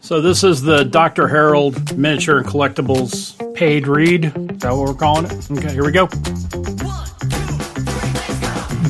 So this is the Dr. Harold Miniature and Collectibles paid read. Is that what we're calling it? Okay, here we go.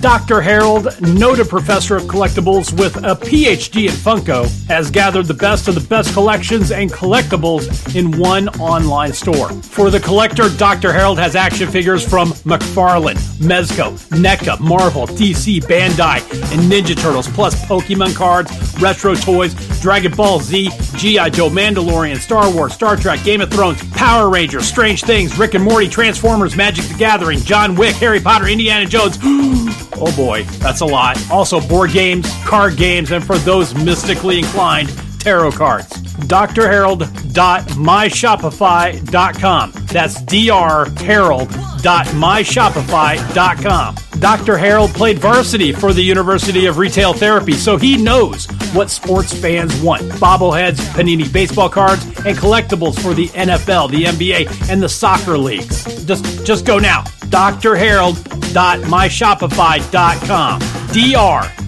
Dr. Harold, noted professor of collectibles with a PhD at Funko, has gathered the best of the best collections and collectibles in one online store. For the collector, Dr. Harold has action figures from McFarlane, Mezco, NECA, Marvel, DC, Bandai, and Ninja Turtles, plus Pokemon cards, retro toys, Dragon Ball Z, G.I. Joe, Mandalorian, Star Wars, Star Trek, Game of Thrones, Power Rangers, Strange Things, Rick and Morty, Transformers, Magic the Gathering, John Wick, Harry Potter, Indiana Jones. Oh boy, that's a lot. Also, board games, card games, and for those mystically inclined, tarot cards. drharold.myshopify.com. That's drharold.myshopify.com. Dr. Harold played varsity for the University of Retail Therapy, so he knows what sports fans want bobbleheads, panini baseball cards, and collectibles for the NFL, the NBA, and the soccer leagues. Just, just go now. drharold.myshopify.com.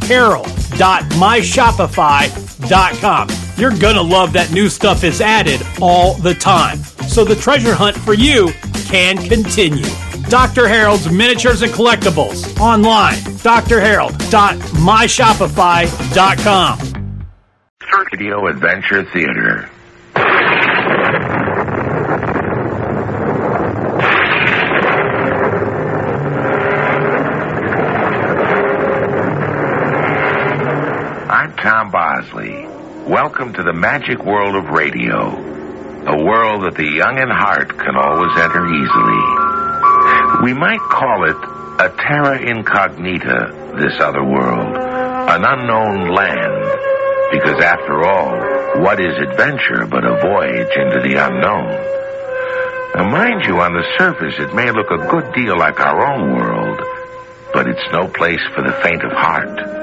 drharold.myshopify.com. You're gonna love that new stuff is added all the time. So the treasure hunt for you can continue. Dr. Harold's Miniatures and Collectibles online. drharold.myshopify.com. Radio Adventure Theater. I'm Tom Bosley. Welcome to the magic world of radio, a world that the young in heart can always enter easily. We might call it a terra incognita, this other world, an unknown land, because after all, what is adventure but a voyage into the unknown? Now, mind you, on the surface, it may look a good deal like our own world, but it's no place for the faint of heart.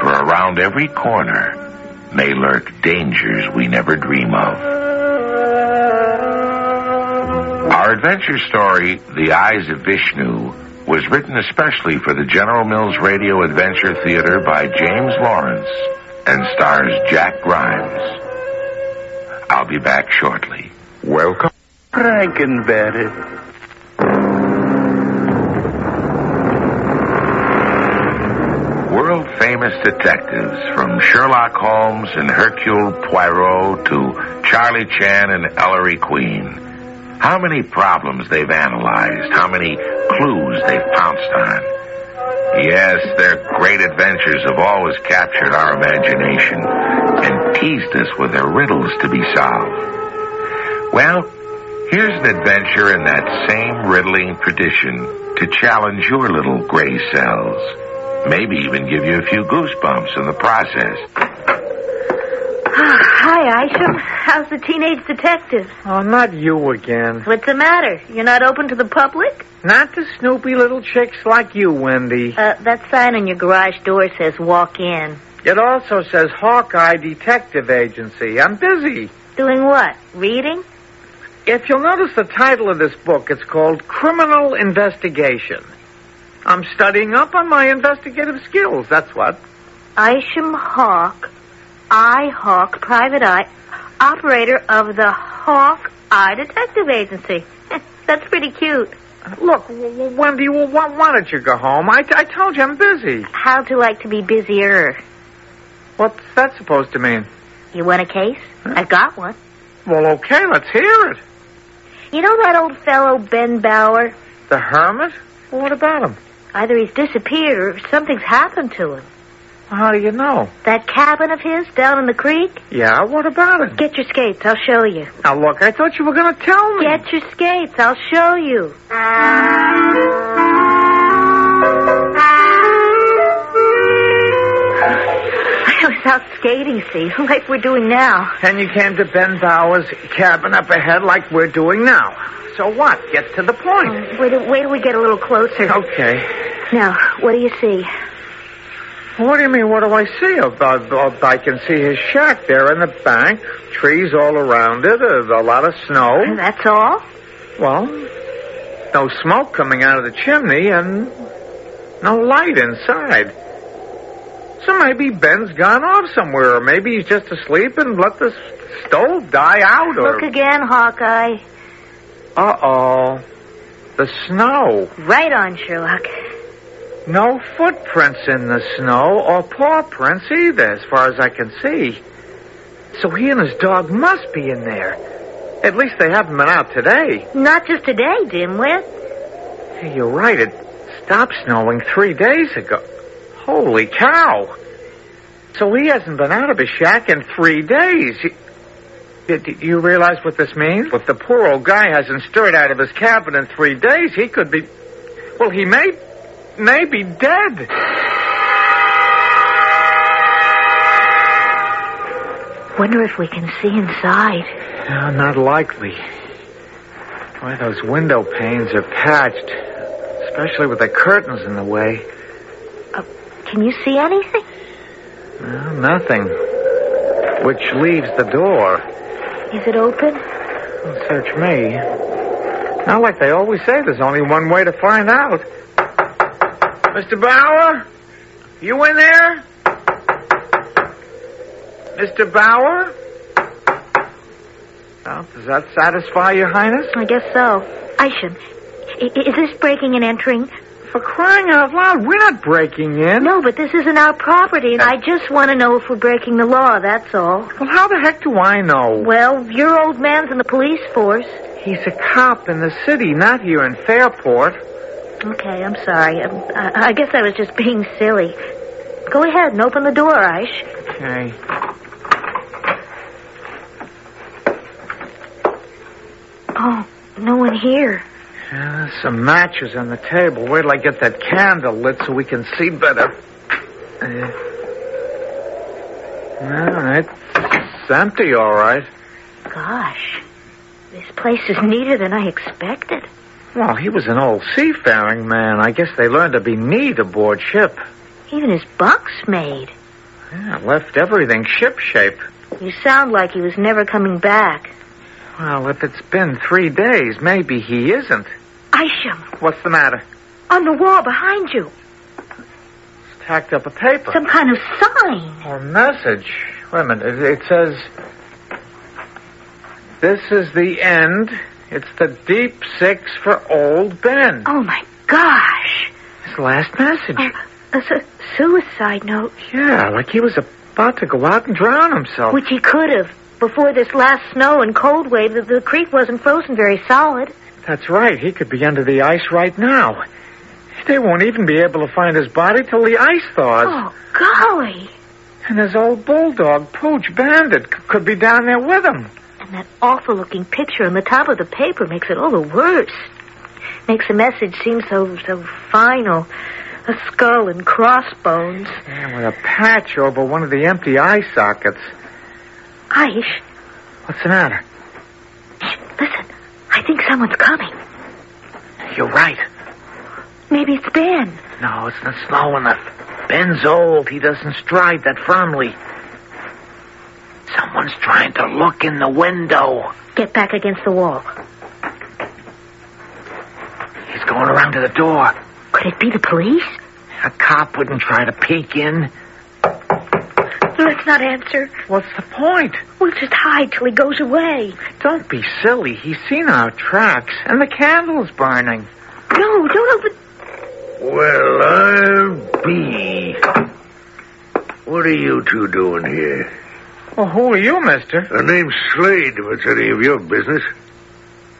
For around every corner may lurk dangers we never dream of. Our adventure story, The Eyes of Vishnu, was written especially for the General Mills Radio Adventure Theater by James Lawrence and stars Jack Grimes. I'll be back shortly. Welcome. Frankenberry. World famous detectives from Sherlock Holmes and Hercule Poirot to Charlie Chan and Ellery Queen. How many problems they've analyzed, how many clues they've pounced on. Yes, their great adventures have always captured our imagination and teased us with their riddles to be solved. Well, here's an adventure in that same riddling tradition to challenge your little gray cells. Maybe even give you a few goosebumps in the process. Hi, Isham. How's the teenage detective? Oh, not you again. What's the matter? You're not open to the public? Not the snoopy little chicks like you, Wendy. Uh, that sign on your garage door says walk in. It also says Hawkeye Detective Agency. I'm busy. Doing what? Reading? If you'll notice the title of this book, it's called Criminal Investigation. I'm studying up on my investigative skills, that's what. Isham Hawk, I Hawk, private eye, operator of the Hawk Eye Detective Agency. That's pretty cute. Look, w- w- Wendy, well, why, why don't you go home? I, I told you I'm busy. How to like to be busier. What's that supposed to mean? You want a case? I've got one. Well, okay, let's hear it. You know that old fellow Ben Bauer? The Hermit? Well, what about him? Either he's disappeared or something's happened to him. Well, how do you know? That cabin of his down in the creek? Yeah, what about it? Get your skates. I'll show you. Now, look, I thought you were going to tell me. Get your skates. I'll show you. I was out skating, see, like we're doing now. And you came to Ben Bauer's cabin up ahead like we're doing now. So what? Get to the point. Wait, till- wait till we get a little closer. Oh. Okay. Now, what do you see? What do you mean, what do I see? Oh, I, I can see his shack there in the bank, trees all around it, a, a lot of snow. That's all? Well, no smoke coming out of the chimney and no light inside. So maybe Ben's gone off somewhere, or maybe he's just asleep and let the s- stove die out, or. Look again, Hawkeye. Uh oh. The snow. Right on, Sherlock. No footprints in the snow or paw prints either, as far as I can see. So he and his dog must be in there. At least they haven't been out today. Not just today, Dimwit. Hey, you're right. It stopped snowing three days ago. Holy cow! So he hasn't been out of his shack in three days. Y- y- Do you realize what this means? If the poor old guy hasn't stirred out of his cabin in three days, he could be. Well, he may. may be dead. Wonder if we can see inside. No, Uh, not likely. Why, those window panes are patched, especially with the curtains in the way. Uh, Can you see anything? Well, nothing. Which leaves the door. Is it open? Don't search me. Now, like they always say, there's only one way to find out. Mr. Bauer? You in there? Mr. Bauer? Well, does that satisfy your highness? I guess so. Isham, i- i- is this breaking and entering? For crying out loud, we're not breaking in. No, but this isn't our property, and I just want to know if we're breaking the law, that's all. Well, how the heck do I know? Well, your old man's in the police force. He's a cop in the city, not here in Fairport. Okay, I'm sorry. Um, I, I guess I was just being silly. Go ahead and open the door, Aish. Okay. Oh, no one here. Yeah, there's uh, some matches on the table. Where till I get that candle lit so we can see better? Uh, all right. It's empty, all right. Gosh, this place is neater than I expected. Well, he was an old seafaring man. I guess they learned to be neat aboard ship. Even his bunk's made. Yeah, left everything shipshape. You sound like he was never coming back. Well, if it's been three days, maybe he isn't. Isham, What's the matter? on the wall behind you, It's tacked up a paper. some kind of sign. Or message. Wait a minute. It, it says, This is the end. It's the deep six for old Ben. Oh my gosh. His last message. Oh, a su- suicide note, Yeah, like he was about to go out and drown himself. which he could have. Before this last snow and cold wave, the, the creek wasn't frozen very solid. That's right. He could be under the ice right now. They won't even be able to find his body till the ice thaws. Oh, golly. And his old bulldog, Pooch Bandit, c- could be down there with him. And that awful looking picture on the top of the paper makes it all the worse. Makes the message seem so so final. A skull and crossbones. Yeah, with a patch over one of the empty eye sockets. Aish, What's the matter? shh, listen. I think someone's coming. You're right. Maybe it's Ben. No, it's not slow enough. Ben's old. He doesn't stride that firmly. Someone's trying to look in the window. Get back against the wall. He's going around to the door. Could it be the police? A cop wouldn't try to peek in. Let's not answer. What's the point? We'll just hide till he goes away. Don't be silly. He's seen our tracks, and the candle's burning. No, don't open. Well, I'll be. What are you two doing here? Well, who are you, mister? The name's Slade, if it's any of your business.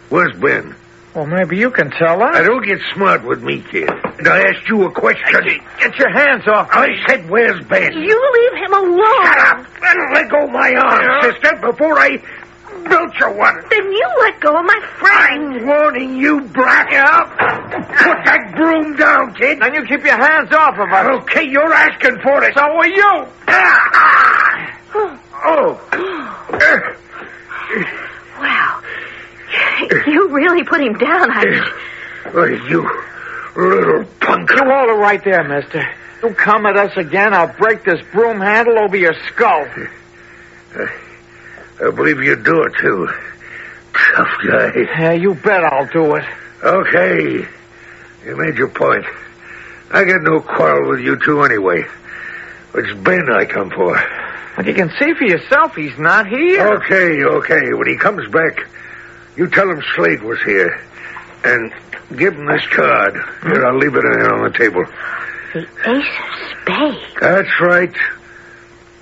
Where's Ben? Well, maybe you can tell us. Now, don't get smart with me, kid. And I asked you a question. Get your hands off. I said, where's Ben? You leave him alone. Shut up! And let go of my arm, sister, before I built you one. Then you let go of my friend. I'm warning you, Black. Put that broom down, kid. And you keep your hands off of us. Okay, you're asking for it. So are you. Ah! Oh. Eh. Wow. You really put him down, Irish. Oh, you little punk. You hold it right there, mister. You come at us again, I'll break this broom handle over your skull. I believe you do it, too. Tough guy. Yeah, you bet I'll do it. Okay. You made your point. I got no quarrel with you two anyway. Which bin I come for? Well, you can see for yourself he's not here. Okay, okay. When he comes back, you tell him Slade was here. And give him this card. Here, I'll leave it in here on the table. Ace of spades. That's right.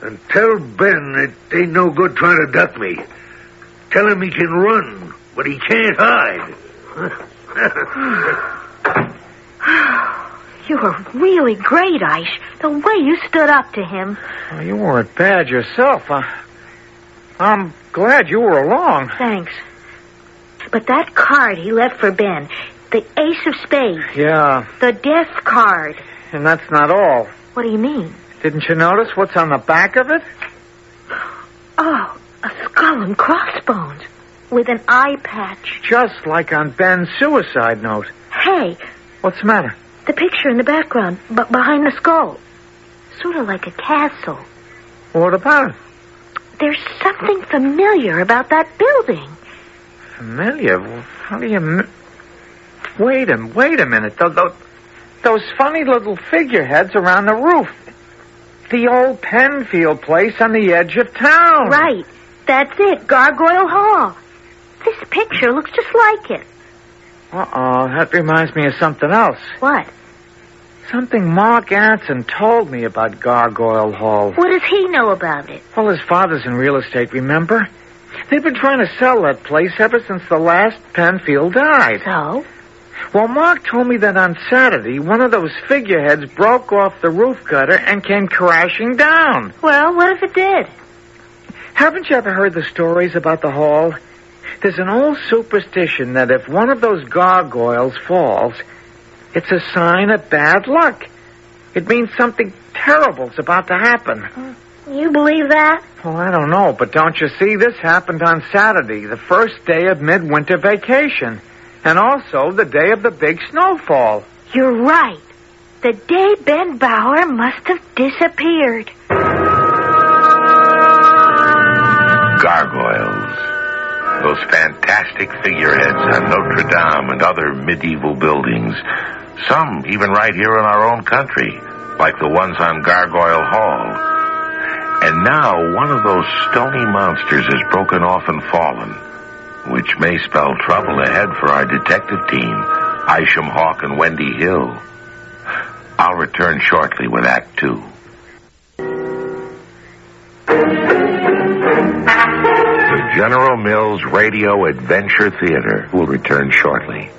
And tell Ben it ain't no good trying to duck me. Tell him he can run, but he can't hide. You were really great, Ice. The way you stood up to him. Well, you weren't bad yourself. Uh, I'm glad you were along. Thanks. But that card he left for Ben, the ace of spades, Yeah, the death card. and that's not all. What do you mean? Didn't you notice what's on the back of it? Oh, a skull and crossbones with an eye patch. Just like on Ben's suicide note. Hey, What's the matter? the picture in the background, but behind the skull. Sort of like a castle. What about it? There's something familiar about that building. Familiar? Well, How do you... m- Wait a, wait a minute. Those, those, those funny little figureheads around the roof. The old Penfield place on the edge of town. Right. That's it, Gargoyle Hall. This picture looks just like it. Uh-oh, that reminds me of something else. What? Something Mark Anson told me about Gargoyle Hall. What does he know about it? Well, his father's in real estate, remember? They've been trying to sell that place ever since the last Penfield died. So? Well, Mark told me that on Saturday, one of those figureheads broke off the roof gutter and came crashing down. Well, what if it did? Haven't you ever heard the stories about the hall? There's an old superstition that if one of those gargoyles falls, it's a sign of bad luck. It means something terrible's about to happen. You believe that? Well, I don't know, but don't you see, this happened on Saturday, the first day of midwinter vacation, and also the day of the big snowfall. You're right. The day Ben Bauer must have disappeared. gargoyles. Those fantastic figureheads on Notre Dame and other medieval buildings. Some even right here in our own country, like the ones on Gargoyle Hall. And now one of those stony monsters has broken off and fallen, which may spell trouble ahead for our detective team, Isham Hawk and Wendy Hill. I'll return shortly with Act Two. The General Mills Radio Adventure Theater will return shortly.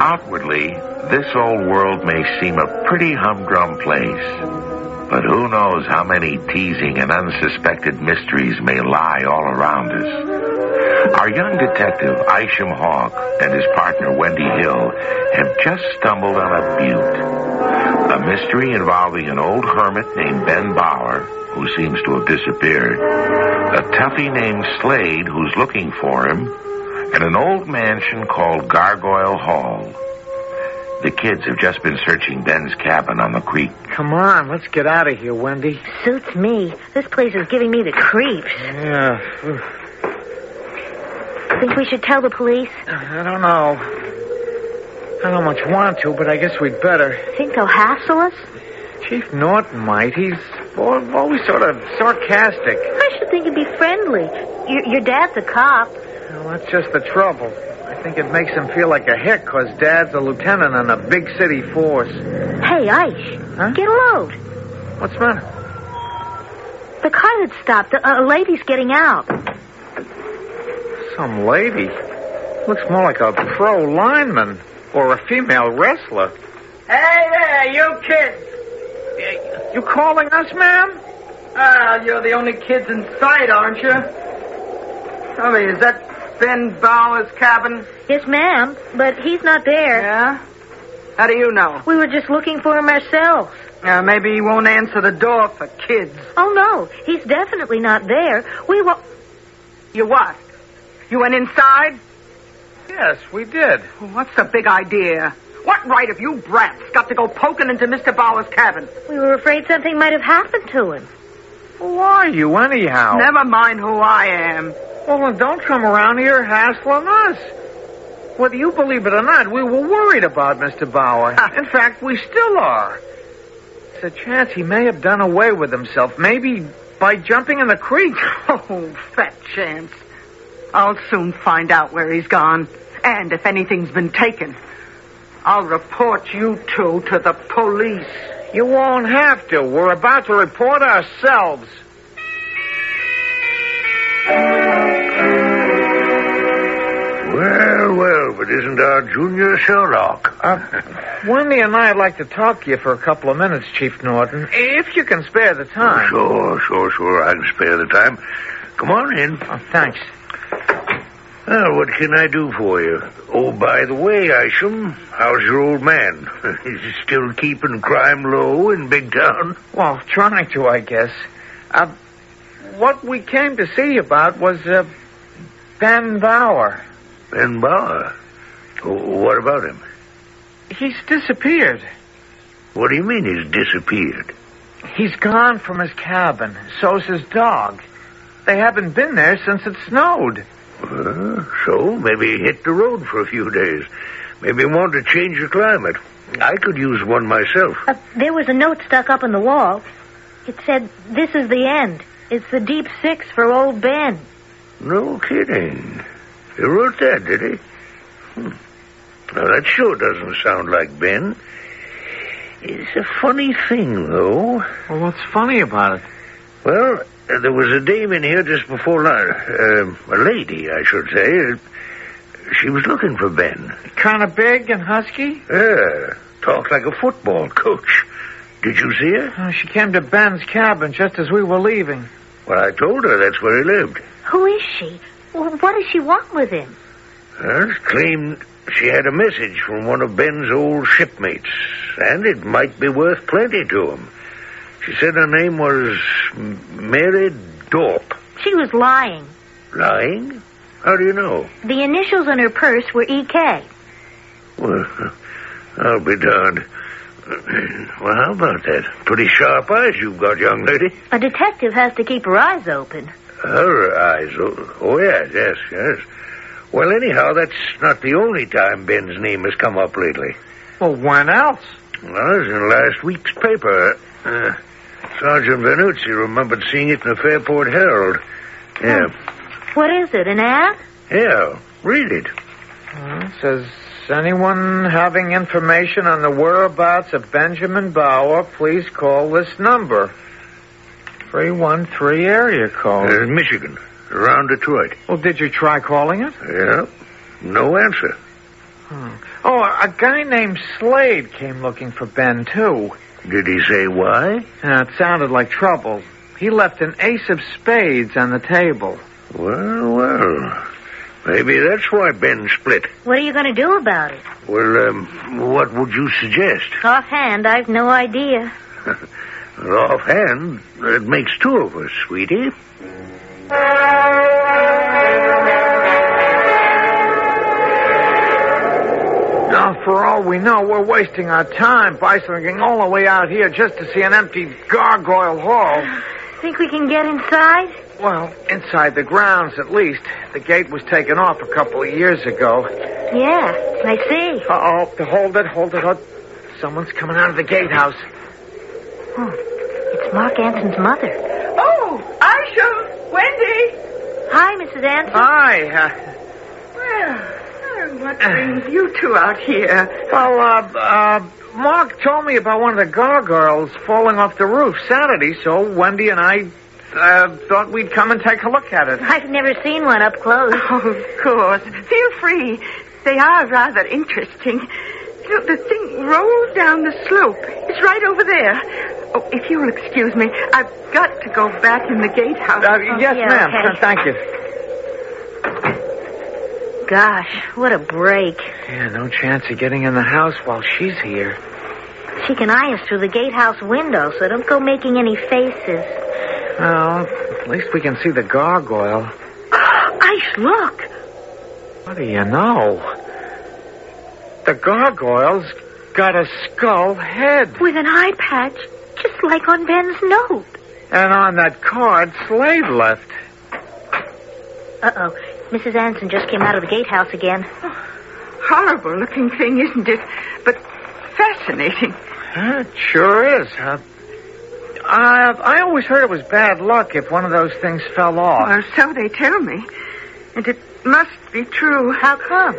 Outwardly, this old world may seem a pretty humdrum place. But who knows how many teasing and unsuspected mysteries may lie all around us. Our young detective, Isham Hawk, and his partner, Wendy Hill, have just stumbled on a butte. A mystery involving an old hermit named Ben Bauer, who seems to have disappeared, a toughie named Slade, who's looking for him, at an old mansion called Gargoyle Hall. The kids have just been searching Ben's cabin on the creek. Come on, let's get out of here, Wendy. Suits me. This place is giving me the creeps. Yeah. Think we should tell the police? I don't know. I don't much want to, but I guess we'd better. Think they'll hassle us? Chief Norton might. He's al- always sort of sarcastic. I should think it'd be friendly. Your, your dad's a cop. Well, that's just the trouble. I think it makes him feel like a hick 'cause Dad's a lieutenant on a big city force. Hey, Ice, Huh? get a load. What's the matter? The car had stopped. A, a lady's getting out. Some lady. Looks more like a pro lineman or a female wrestler. Hey there, you kids! You calling us, ma'am? Ah, you're the only kids in sight, aren't you? Tell me, is that Ben Bauer's cabin? Yes, ma'am, but he's not there. Yeah? How do you know? We were just looking for him ourselves. Uh, maybe he won't answer the door for kids. Oh, no, he's definitely not there. We were. You what? You went inside? Yes, we did. What's the big idea? What right have you brats got to go poking into Mr. Bauer's cabin? We were afraid something might have happened to him. Who are you, anyhow? Never mind who I am. Oh, Well, then don't come around here hassling us. Whether you believe it or not, we were worried about Mr. Bauer. In fact, we still are. There's a chance he may have done away with himself, maybe by jumping in the creek. Oh, fat chance. I'll soon find out where he's gone and if anything's been taken. I'll report you two to the police. You won't have to. We're about to report ourselves. Well, well, but isn't our junior Sherlock? Wendy and I'd like to talk to you for a couple of minutes, Chief Norton, if you can spare the time. Sure, sure, sure. I can spare the time. Come on in. Oh, thanks. Well, what can I do for you? Oh, by the way, Isham, how's your old man? Is he still keeping crime low in Big Town? Well, trying to, I guess. Uh, what we came to see you about was uh, Ben Bauer. Ben Bauer? Oh, What about him? He's disappeared. What do you mean he's disappeared? He's gone from his cabin. So's his dog. They haven't been there since it snowed. Uh, so maybe he hit the road for a few days. Maybe he wanted to change the climate. I could use one myself. Uh, there was a note stuck up on the wall. It said, This is the end. It's the deep six for old Ben. No kidding. He wrote that, did he? Hmm. Now, that sure doesn't sound like Ben. It's a funny thing, though. Well, what's funny about it? Well, uh, there was a dame in here just before lunch. Uh, a lady, I should say. Uh, She was looking for Ben. Kind of big and husky? Yeah, talked like a football coach. Did you see her? Oh, she came to Ben's cabin just as we were leaving. Well, I told her that's where he lived. Who is she? Wh- What does she want with him? Well, she claimed she had a message from one of Ben's old shipmates, and it might be worth plenty to him. She said her name was M- Mary Dorp. She was lying. Lying? How do you know? The initials on her purse were E EK. Well, I'll be darned. Well, how about that? Pretty sharp eyes you've got, young lady. A detective has to keep her eyes open. Her eyes. Oh, oh, yes, yes, yes. Well, anyhow, that's not the only time Ben's name has come up lately. Well, when else? Well, it was in last week's paper. Uh, Sergeant Venucci remembered seeing it in the Fairport Herald. Yeah. What is it, an ad? Yeah, read it. Uh, says, anyone having information on the whereabouts of Benjamin Bauer, please call this number. 313 area code. Uh, Michigan, around Detroit. Well, did you try calling it? Yeah. No answer. Oh, a guy named Slade came looking for Ben, too. Did he say why? Uh, it sounded like trouble. He left an ace of spades on the table. Well, well. Maybe that's why Ben split. What are you going to do about it? Well, um, what would you suggest? Offhand, I've no idea. Well, Offhand, it makes two of us, sweetie. Now, for all we know, we're wasting our time bicycling all the way out here just to see an empty gargoyle hall. Think we can get inside? Well, inside the grounds, at least. The gate was taken off a couple of years ago. Yeah, I see. Uh-oh. Hold it, hold it. Hold... Someone's coming out of the gatehouse. It's Mark Anson's mother. Oh, Isham, Wendy. Hi, Mrs. Anson. Hi. Uh, Well, what brings you two out here? well, uh, uh, Mark told me about one of the gargoyles falling off the roof Saturday, so Wendy and I uh, thought we'd come and take a look at it. Uh, I've never seen one up close. Oh, of course. Feel free. They are rather interesting. Look, the thing rolls down the slope. It's right over there. Oh, if you'll excuse me, I've got to go back in the gatehouse. Uh, Oh, yes, yeah, ma'am. okay. Thank you. Gosh, what a break. Yeah, no chance of getting in the house while she's here. She can eye us through the gatehouse window, so don't go making any faces. Well, at least we can see the gargoyle. Ice, look! What do you know? The gargoyle's got a skull head. With an eye patch, just like on Ben's note. And on that card, Slade left. Uh oh. Mrs. Anson just came out of the gatehouse again. horrible looking thing, isn't it? But fascinating. Huh, It sure is. Uh, I, I always heard it was bad luck if one of those things fell off. Well, so they tell me. And it must be true. How come?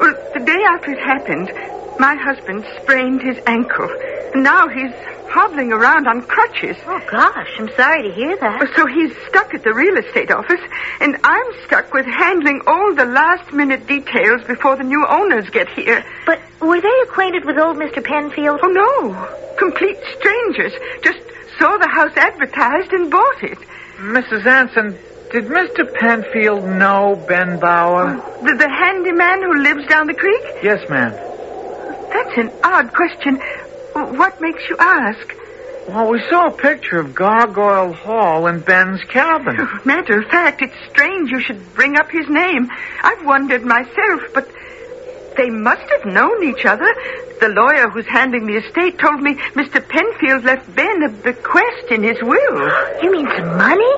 Well, the day after it happened, my husband sprained his ankle. And now he's hobbling around on crutches. Oh, gosh, I'm sorry to hear that. So he's stuck at the real estate office, and I'm stuck with handling all the last minute details before the new owners get here. But were they acquainted with old Mr. Penfield? Oh, no. Complete strangers. Just saw the house advertised and bought it. Mrs. Anson, did Mr. Penfield know Ben Bauer? The, the handyman who lives down the creek? Yes, ma'am. That's an odd question. What makes you ask? Well, we saw a picture of Gargoyle Hall in Ben's cabin. Matter of fact, it's strange you should bring up his name. I've wondered myself, but they must have known each other. The lawyer who's handling the estate told me Mr. Penfield left Ben a bequest in his will. You mean some money?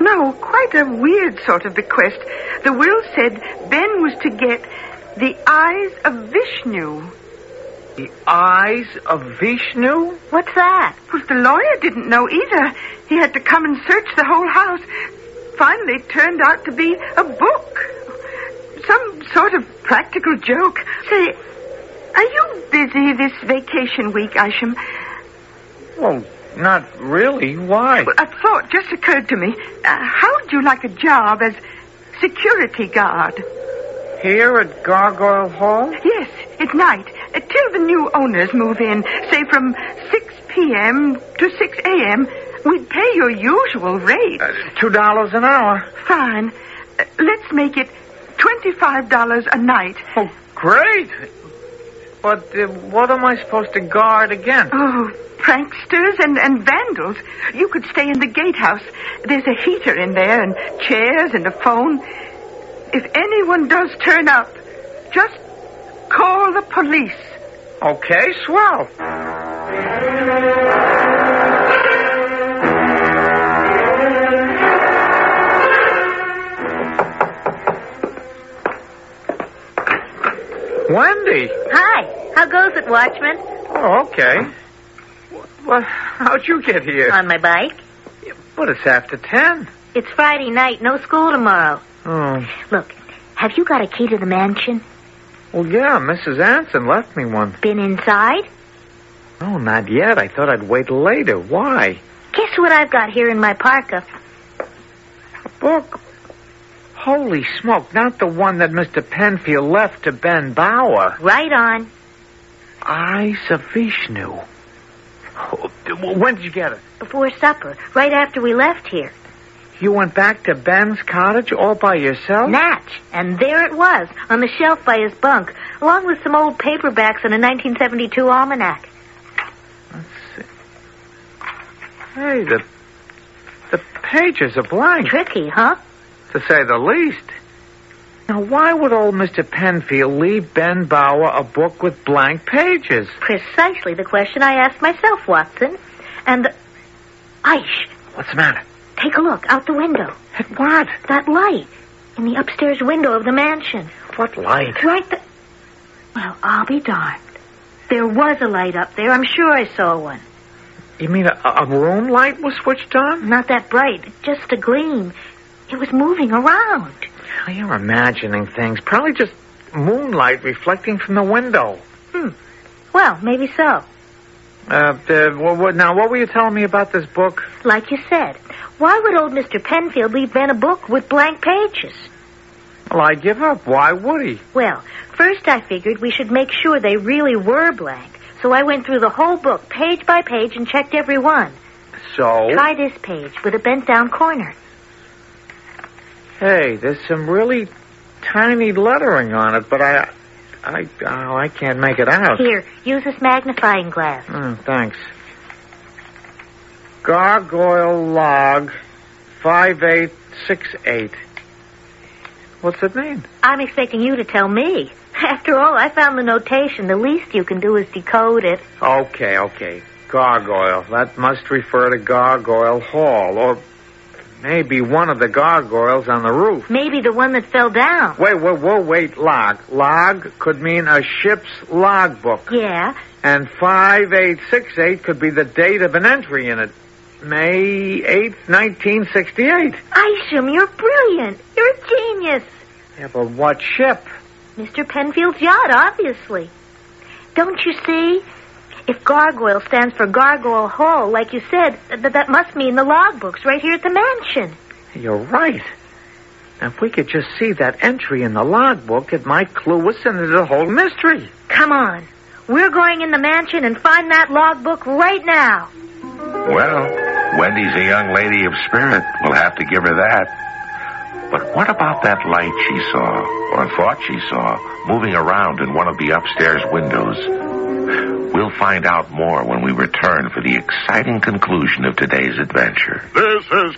No, quite a weird sort of bequest. The will said Ben was to get the eyes of Vishnu. The eyes of Vishnu? What's that? Well, the lawyer didn't know either. He had to come and search the whole house. Finally, it turned out to be a book. Some sort of practical joke. Say, are you busy this vacation week, Isham? Well, not really. Why? Well, a thought just occurred to me. Uh, how would you like a job as security guard? Here at Gargoyle Hall? Yes, at night, uh, till the new owners move in, say from 6 p.m. to 6 a.m. We'd pay your usual rate. Two dollars an hour. Fine. Uh, Let's make it $25 a night. Oh, great. But uh, what am I supposed to guard again? Oh, pranksters and, and vandals. You could stay in the gatehouse. There's a heater in there and chairs and a phone. If anyone does turn up, just call the police. Okay, swell. Wendy. Hi. How goes it, Watchman? Oh, okay. Well, how'd you get here? On my bike. But it's after ten. It's Friday night. No school tomorrow. Oh, Look, have you got a key to the mansion? well, yeah, Mrs. Anson left me one. Been inside? Oh, not yet. I thought I'd wait later. Why? Guess what I've got here in my parka? book. Holy smoke, not the one that Mr. Penfield left to Ben Bauer. Right on. Eyes of Vishnu. Oh, d- When did you get it? Before supper, right after we left here. You went back to Ben's cottage all by yourself? Natch. And there it was, on the shelf by his bunk, along with some old paperbacks and a 1972 almanac. Let's see. Hey, the, the pages are blank, Tricky, huh? to say the least. Now, why would old Mr. Penfield leave Ben Bauer a book with blank pages? Precisely the question I asked myself, Watson. And the... Aish, What's the matter? take a look out the window. At what? That light in the upstairs window of the mansion. What light? Right the... Well, I'll be darned. There was a light up there. I'm sure I saw one. You mean a, a room light was switched on? Not that bright, just a gleam. It was moving around. Well, you're imagining things. Probably just moonlight reflecting from the window. Well, maybe so. Uh, the, wha- wha- now, what were you telling me about this book? Like you said, why would old Mr. Penfield leave Ben a book with blank pages? Well, I give up. Why would he? Well, first I figured we should make sure they really were blank. So I went through the whole book, page by page, and checked every one. So, Try this page with a bent down corner. hey, there's some really tiny lettering on it, but I, I, oh, I can't make it out. Here, use this magnifying glass. Oh, thanks. Gargoyle log, five eight six eight. What's it mean? I'm expecting you to tell me. After all, I found the notation. The least you can do is decode it. Okay, okay. Gargoyle. That must refer to Gargoyle Hall, or Maybe one of the gargoyles on the roof. Maybe the one that fell down. Wait, whoa, whoa, wait, log. Log could mean a ship's logbook. Yeah. And 5868 could be the date of an entry in it. May 8th, 1968. Isham, you're brilliant. You're a genius. Yeah, but what ship? Mr. Penfield's yacht, obviously. Don't you see? If gargoyle stands for Gargoyle Hall, like you said, th- that must mean the logbooks right here at the mansion. You're right. Now, If we could just see that entry in the logbook, it might clue us into the whole mystery. Come on. We're going in the mansion and find that logbook right now. Well, Wendy's a young lady of spirit. We'll have to give her that. But what about that light she saw, or thought she saw, moving around in one of the upstairs windows? We'll find out more when we return for the exciting conclusion of today's adventure. This is.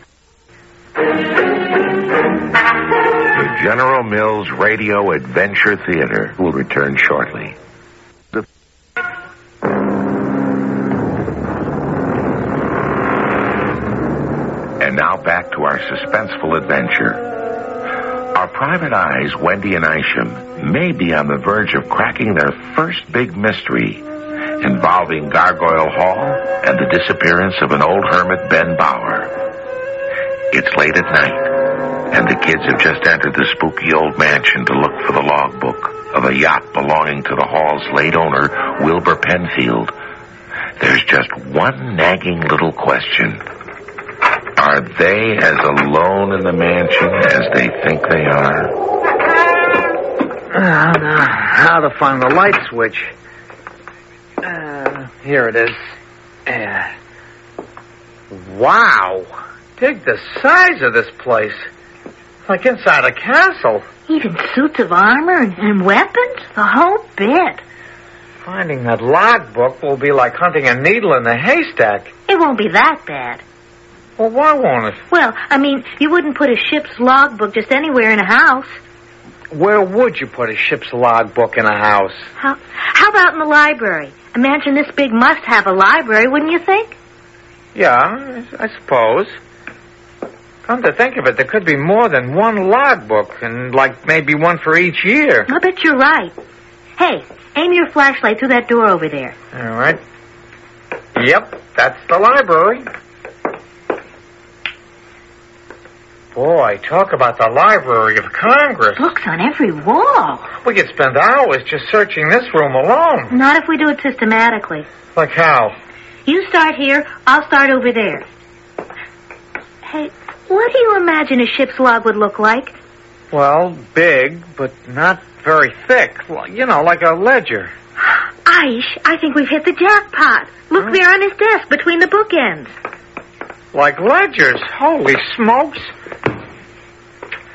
The General Mills Radio Adventure Theater will return shortly. And now back to our suspenseful adventure. Our private eyes, Wendy and Isham, may be on the verge of cracking their first big mystery involving Gargoyle Hall and the disappearance of an old hermit, Ben Bauer. It's late at night, and the kids have just entered the spooky old mansion to look for the logbook of a yacht belonging to the hall's late owner, Wilbur Penfield. There's just one nagging little question. Are they as alone in the mansion as they think they are? Ah, now, how to find the light switch? Uh, here it is. Uh, wow! Dig the size of this place. Like inside a castle. Even suits of armor and, and weapons? The whole bit. Finding that logbook will be like hunting a needle in a haystack. It won't be that bad. Well, why won't it? Well, I mean, you wouldn't put a ship's logbook just anywhere in a house. Where would you put a ship's logbook in a house? How, how about in the library? A mansion this big must have a library, wouldn't you think? Yeah, I I suppose. Come to think of it, there could be more than one logbook, and like maybe one for each year. I bet you're right. Hey, aim your flashlight through that door over there. All right. Yep, that's the library. Boy, talk about the Library of Congress. Books on every wall. We could spend hours just searching this room alone. Not if we do it systematically. Like how? You start here, I'll start over there. Hey, what do you imagine a ship's log would look like? Well, big, but not very thick. Well, you know, like a ledger. Aish, I think we've hit the jackpot. Look there on his desk between the bookends. Like ledgers. Holy smokes.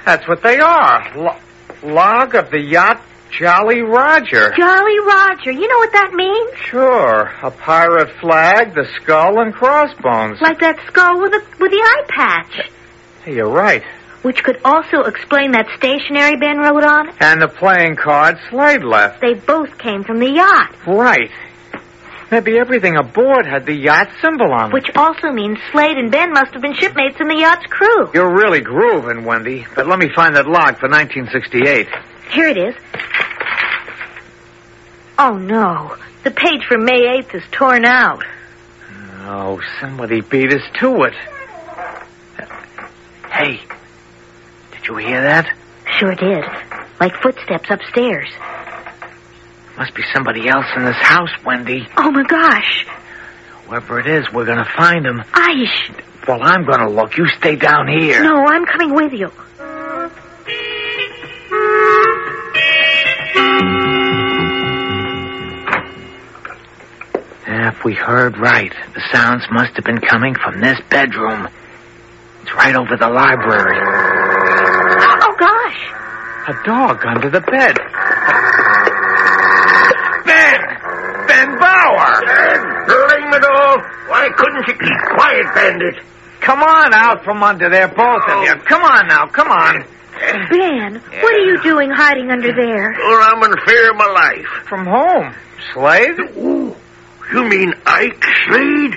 That's what they are. Lo- log of the yacht Jolly Roger. Jolly Roger, you know what that means? Sure. A pirate flag, the skull, and crossbones. Like that skull with the, with the eye patch. Hey, you're right. Which could also explain that stationery Ben wrote on. And the playing card Slade left. They both came from the yacht, Right. Maybe everything aboard had the yacht symbol on it. which also means Slade and Ben must have been shipmates in the yacht's crew. You're really grooving, Wendy. But let me find that log for 1968. Here it is. Oh no, the page for May 8th is torn out. Oh, somebody beat us to it. Hey, did you hear that? Sure did. Like footsteps upstairs. Must be somebody else in this house, Wendy. Oh my gosh, Whoever it is, we're gonna find him. Aish. Well, I'm gonna look. You stay down here. No, I'm coming with you. If we heard right, the sounds must have been coming from this bedroom. It's right over the library. Oh gosh, A dog under the bed. Ben! Ben Bauer! Blame it all! Why couldn't you keep quiet, Bandit? Come on out from under there, both of you. Come on now, come on. Ben, what are you doing hiding under there? Or I'm in fear of my life. From home. Slade? Ooh, you mean Ike Slade?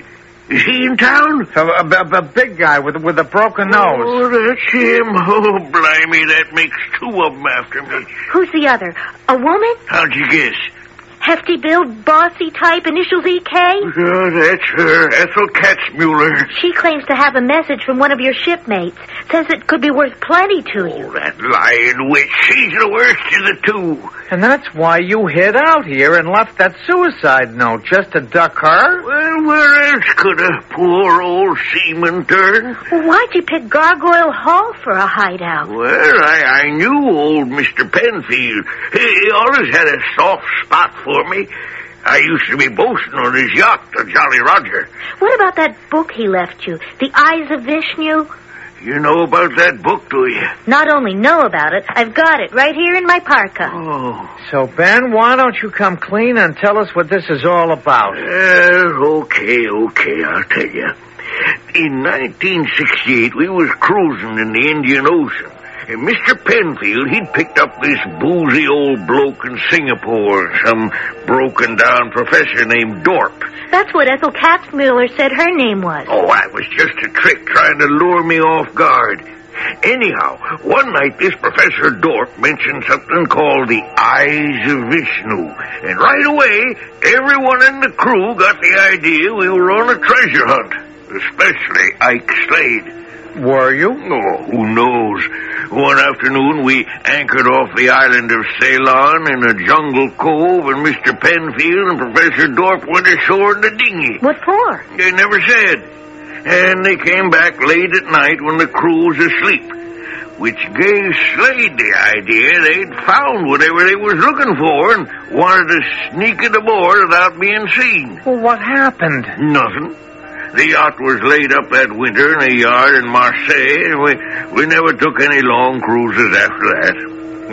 Is he in town? A, a, a big guy with with a broken nose. Oh, that's him. Oh, blimey, that makes two of them after me. Who's the other? A woman? How'd you guess? Hefty build, bossy type, initials E EK? Yeah, that's her, Ethel Katzmuller. She claims to have a message from one of your shipmates. Says it could be worth plenty to you. Oh, that lying witch. She's the worst of the two. And that's why you hid out here and left that suicide note just to duck her? Well, where else could a poor old seaman turn? Well, why'd you pick Gargoyle Hall for a hideout? Well, I, I knew old Mr. Penfield. He, he always had a soft spot for me. I used to be bosun on his yacht, the Jolly Roger. What about that book he left you? The Eyes of Vishnu? You know about that book, do you? Not only know about it, I've got it right here in my parka. Oh. So, Ben, why don't you come clean and tell us what this is all about? Uh, okay, okay, I'll tell you. In 1968, we was cruising in the Indian Ocean. And Mr. Penfield, he'd picked up this boozy old bloke in Singapore, some broken-down professor named Dorp. That's what Ethel Katzmuller said her name was. Oh, that was just a trick trying to lure me off guard. Anyhow, one night this Professor Dorp mentioned something called the Eyes of Vishnu. And right away, everyone in the crew got the idea we were on a treasure hunt. Especially Ike Slade. Were you? Oh, who knows? One afternoon we anchored off the island of Ceylon in a jungle cove, and Mr. Penfield and Professor Dorp went ashore in the dinghy. What for? They never said. And they came back late at night when the crew was asleep, which gave Slade the idea they'd found whatever they was looking for and wanted to sneak it aboard without being seen. Well, what happened? Nothing. The yacht was laid up that winter in a yard in Marseille, and we, we never took any long cruises after that.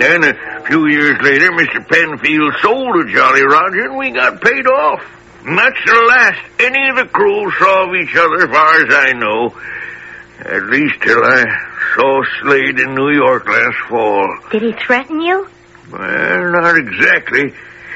Then a few years later, Mr. Penfield sold a Jolly Roger, and we got paid off. And that's the last any of the crew saw of each other, as far as I know. At least till I saw Slade in New York last fall. Did he threaten you? Well, not exactly.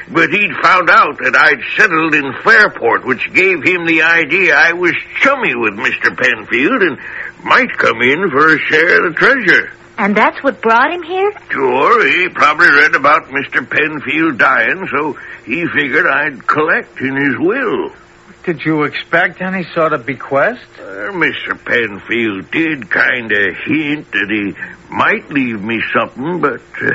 But he'd found out that I'd settled in Fairport, which gave him the idea I was chummy with Mr. Penfield and might come in for a share of the treasure. And that's what brought him here? Sure, he probably read about Mr. Penfield dying, so he figured I'd collect in his will. Did you expect any sort of bequest? Well, Mr. Penfield did kind of hint that he might leave me something, but uh,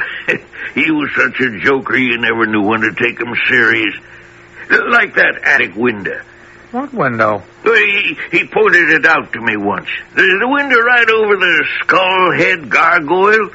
he was such a joker you never knew when to take him serious. Like that attic window. What window? Uh, He, he pointed it out to me once. The, the window right over the skull head gargoyle.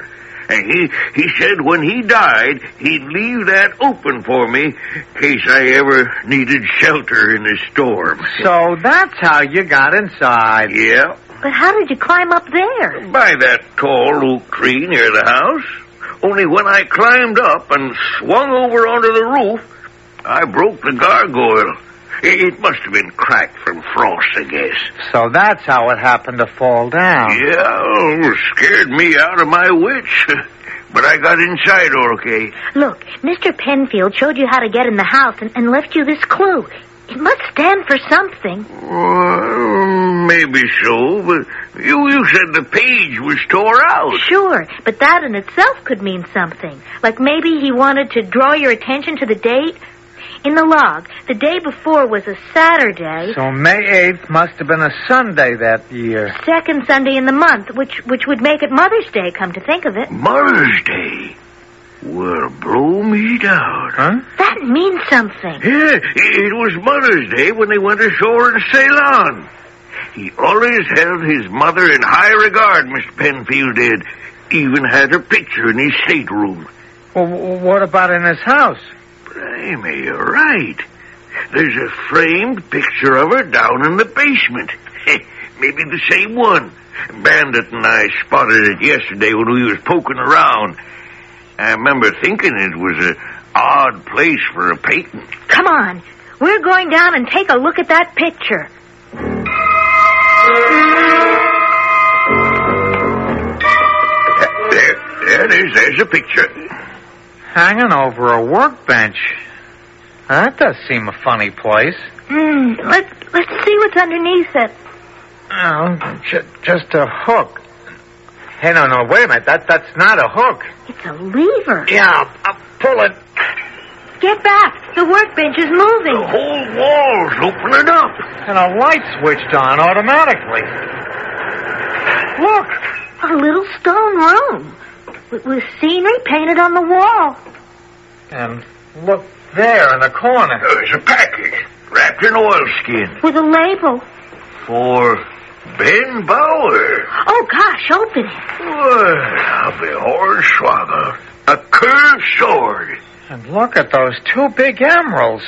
And he, he said when he died, he'd leave that open for me in case I ever needed shelter in a storm. So that's how you got inside. Yeah, But how did you climb up there? by that tall oak tree near the house. Only when I climbed up and swung over onto the roof, I broke the gargoyle. It, it must have been cracked from frost, I guess. So that's how it happened to fall down. Yeah, oh, scared me out of my wits. But I got inside all okay. Look, Mr. Penfield showed you how to get in the house and, and left you this clue. It must stand for something. Well, maybe so, but you, you said the page was tore out. Sure, but that in itself could mean something. Like maybe he wanted to draw your attention to the date. In the log, the day before was a Saturday, So May 8th must have been a Sunday that year. second Sunday in the month, which which would make it Mother's Day. Come to think of it, Mother's Day. Well, blow me down. Huh? that means something. Yeah, it was Mother's Day when they went ashore in Ceylon. He always held his mother in high regard, Mr. Penfield did. Even had her picture in his stateroom. Well, w- what about in his house? Blimey, you're right. There's a framed picture of her down in the basement. Maybe the same one. Bandit and I spotted it yesterday when we was poking around. I remember thinking it was a odd place for a painting. Come on, we're going down and take a look at that picture. There, there it is. There's a picture. Hanging over a workbench. That does seem a funny place. Hmm. Let's let's see what's underneath it. Oh, ju- just a hook. Hey, no, no, wait a minute. That that's not a hook. It's a lever. Yeah, I'll pull it. Get back. The workbench is moving. whole wall's opening up. And a light switched on automatically. Look, A little stone room with, with scenery painted on the wall. and look there in the corner. There's a package wrapped in oilskin With a label. for Ben Bauer. Oh, gosh, open it. Well, I'll be hornswoggled. A curved sword. And look at those two big emeralds,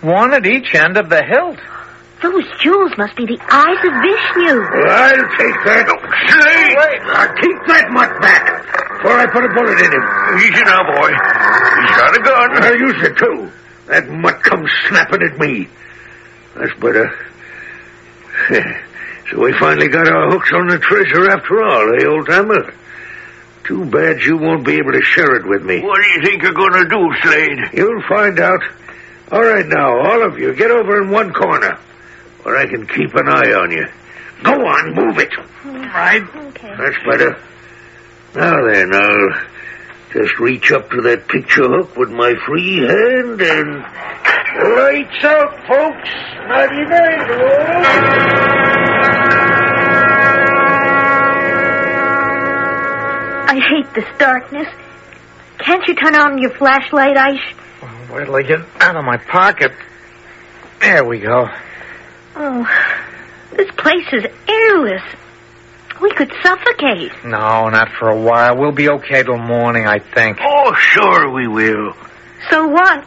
one at each end of the hilt. Those jewels must be the eyes of Vishnu. I'll take that. Say! Wait, I'll take that mutt back before I put a bullet in him. Easy now, boy. He's got a gun. I'll use it, too. That mutt comes snapping at me. That's better. so we finally got our hooks on the treasure after all, eh, old timer? Too bad you won't be able to share it with me. What do you think you're going to do, Slade? You'll find out. All right, now, all of you, get over in one corner, where I can keep an eye on you. Go on, move it. Right. Okay. That's better. Now then, I'll just reach up to that picture hook with my free hand and. Lights out, folks! Nighty night, I hate this darkness. Can't you turn on your flashlight, Aish? Wait till I get out of my pocket. There we go. Oh, this place is airless. We could suffocate. No, not for a while. We'll be okay till morning, I think. Oh, sure we will. So what?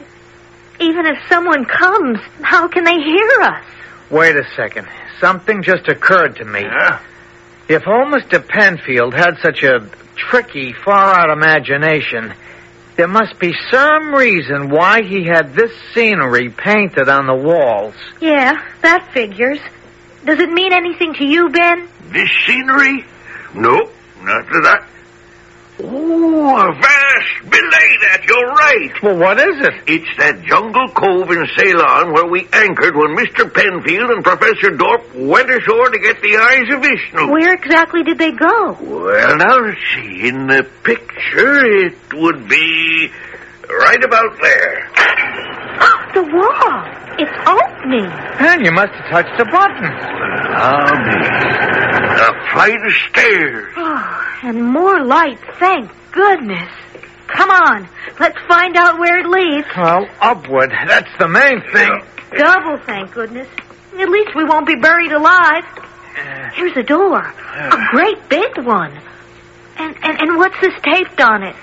Even if someone comes, how can they hear us? Wait a second. Something just occurred to me. If Holmes de Penfield had such a tricky, far out imagination, there must be some reason why he had this scenery painted on the walls. Yeah, that figures. Does it mean anything to you, Ben? This scenery? Nope, not to that. Oh, a vast belay that, you're right. Well, what is it? It's that jungle cove in Ceylon where we anchored when Mr. Penfield and Professor Dorp went ashore to get the eyes of Vishnu. Where exactly did they go? Well, now let's see. In the picture, it would be right about there. the wall. It's opening. And you must have touched a button. I'll be. A flight of stairs. Oh, and more light, thank goodness. Come on, let's find out where it leads. Well, upward. That's the main thing. Double, thank goodness. At least we won't be buried alive. Here's a door. A great big one. And, and, and what's this taped on it?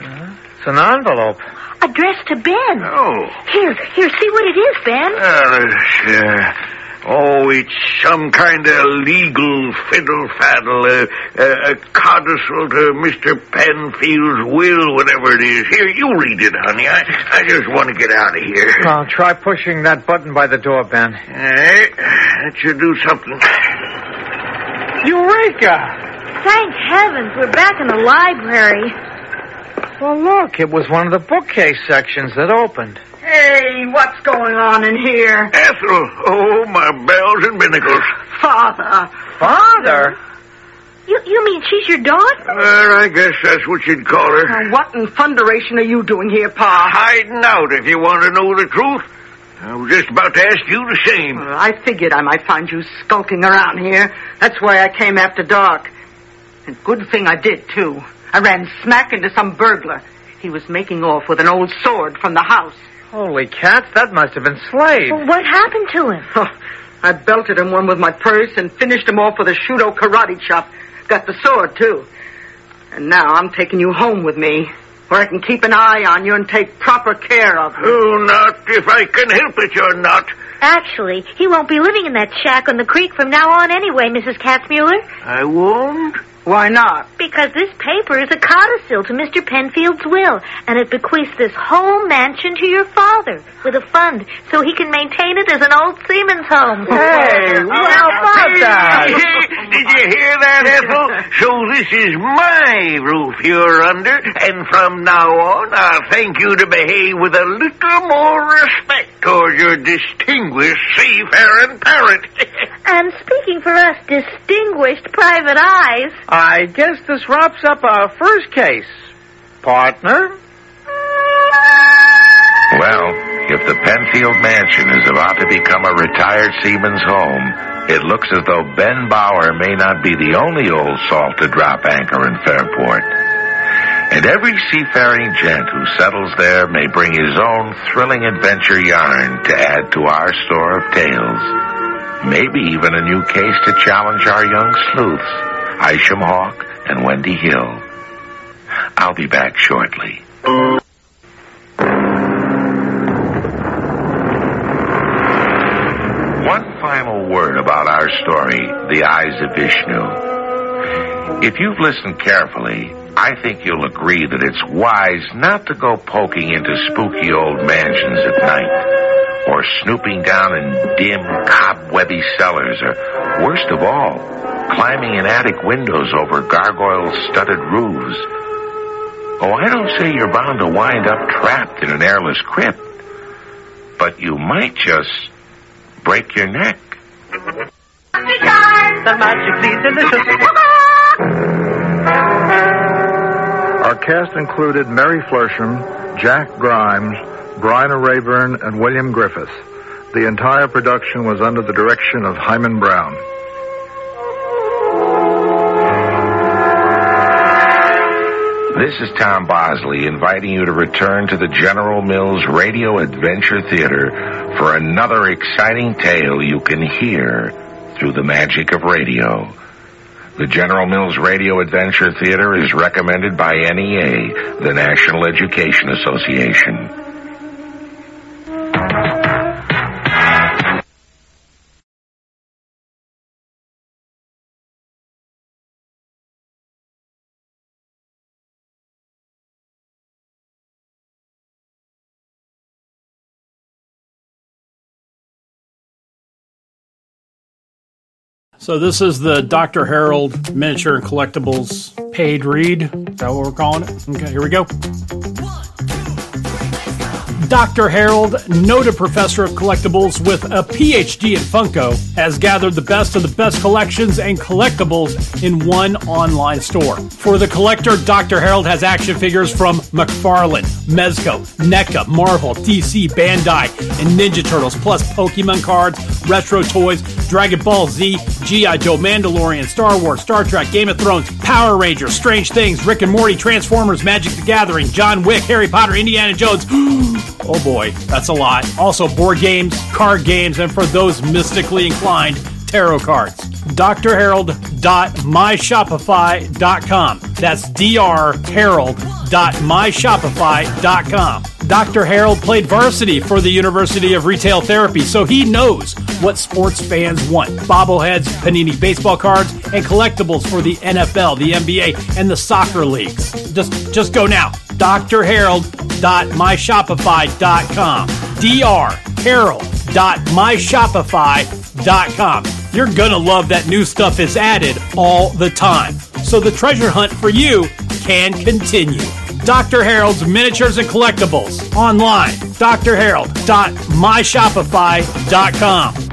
It's an envelope. Addressed to Ben. Oh. Here, here, see what it is, Ben. Well, it's, uh, oh, it's some kind of legal fiddle faddle, uh, uh, a codicil to Mr. Penfield's will, whatever it is. Here, you read it, honey. I, I just want to get out of here. Well, try pushing that button by the door, Ben. Eh, that should do something. Eureka! Thank heavens, we're back in the library. Well, look, it was one of the bookcase sections that opened. Hey, what's going on in here? Ethel, oh, my bells and binnacles. Father. Father? You, you mean she's your daughter? Well, I guess that's what you'd call her. Now, what in thunderation are you doing here, Pa? Hiding out, if you want to know the truth. I was just about to ask you the same. Well, Uh, I figured I might find you skulking around here. That's why I came after dark. And good thing I did, too. I ran smack into some burglar. He was making off with an old sword from the house. Holy cats, that must have been Slade. Well, what happened to him? Huh. I belted him one with my purse and finished him off with a shudo karate chop. Got the sword, too. And now I'm taking you home with me, where I can keep an eye on you and take proper care of you. Oh, not if I can help it, you're not. Actually, he won't be living in that shack on the creek from now on anyway, Mrs. Katzmuller. I won't? Why not? Because this paper is a codicil to Mr. Penfield's will, and it bequeaths this whole mansion to your father with a fund so he can maintain it as an old seaman's home. Hey, well about that. Did you hear that, Ethel? So this is my roof you're under, and from now on, I'll thank you to behave with a little more respect toward your distinguished seafaring parent. And speaking for us distinguished private eyes, I guess this wraps up our first case. Partner? well, if the Penfield Mansion is about to become a retired seaman's home, it looks as though Ben Bauer may not be the only old salt to drop anchor in Fairport. And every seafaring gent who settles there may bring his own thrilling adventure yarn to add to our store of tales. Maybe even a new case to challenge our young sleuths, Isham Hawk and Wendy Hill. I'll be back shortly. One final word about our story, The Eyes of Vishnu. If you've listened carefully, I think you'll agree that it's wise not to go poking into spooky old mansions at night, or snooping down in dim, cobwebby cellars, or worst of all, climbing in attic windows over gargoyle studded roofs. Oh, I don't say you're bound to wind up trapped in an airless crypt, but you might just break your neck. The magically delicious. Our cast included Mary Flersham, Jack Grimes, Bryna Rayburn, and William Griffiths. The entire production was under the direction of Hyman Brown. This is Tom Bosley inviting you to return to the General Mills Radio Adventure Theater for another exciting tale you can hear through the magic of radio. The General Mills Radio Adventure Theater is recommended by NEA, the National Education Association. So this is the Dr. Harold miniature and collectibles paid read. Is that what we're calling it? Okay, here we go. Dr. Harold, noted professor of collectibles with a PhD in Funko, has gathered the best of the best collections and collectibles in one online store. For the collector, Dr. Harold has action figures from McFarlane, Mezco, NECA, Marvel, DC, Bandai, and Ninja Turtles, plus Pokemon cards, retro toys, Dragon Ball Z, G.I. Joe, Mandalorian, Star Wars, Star Trek, Game of Thrones, Power Rangers, Strange Things, Rick and Morty, Transformers, Magic the Gathering, John Wick, Harry Potter, Indiana Jones. Oh boy, that's a lot. Also, board games, card games, and for those mystically inclined, tarot cards. drharold.myshopify.com. That's drharold.myshopify.com. Dr. Harold played varsity for the University of Retail Therapy, so he knows what sports fans want bobbleheads, panini baseball cards, and collectibles for the NFL, the NBA, and the soccer leagues. Just, just go now. drharold.myshopify.com. drharold.myshopify.com. You're gonna love that new stuff is added all the time. So the treasure hunt for you can continue. Dr. Harold's miniatures and collectibles online. drharold.myshopify.com.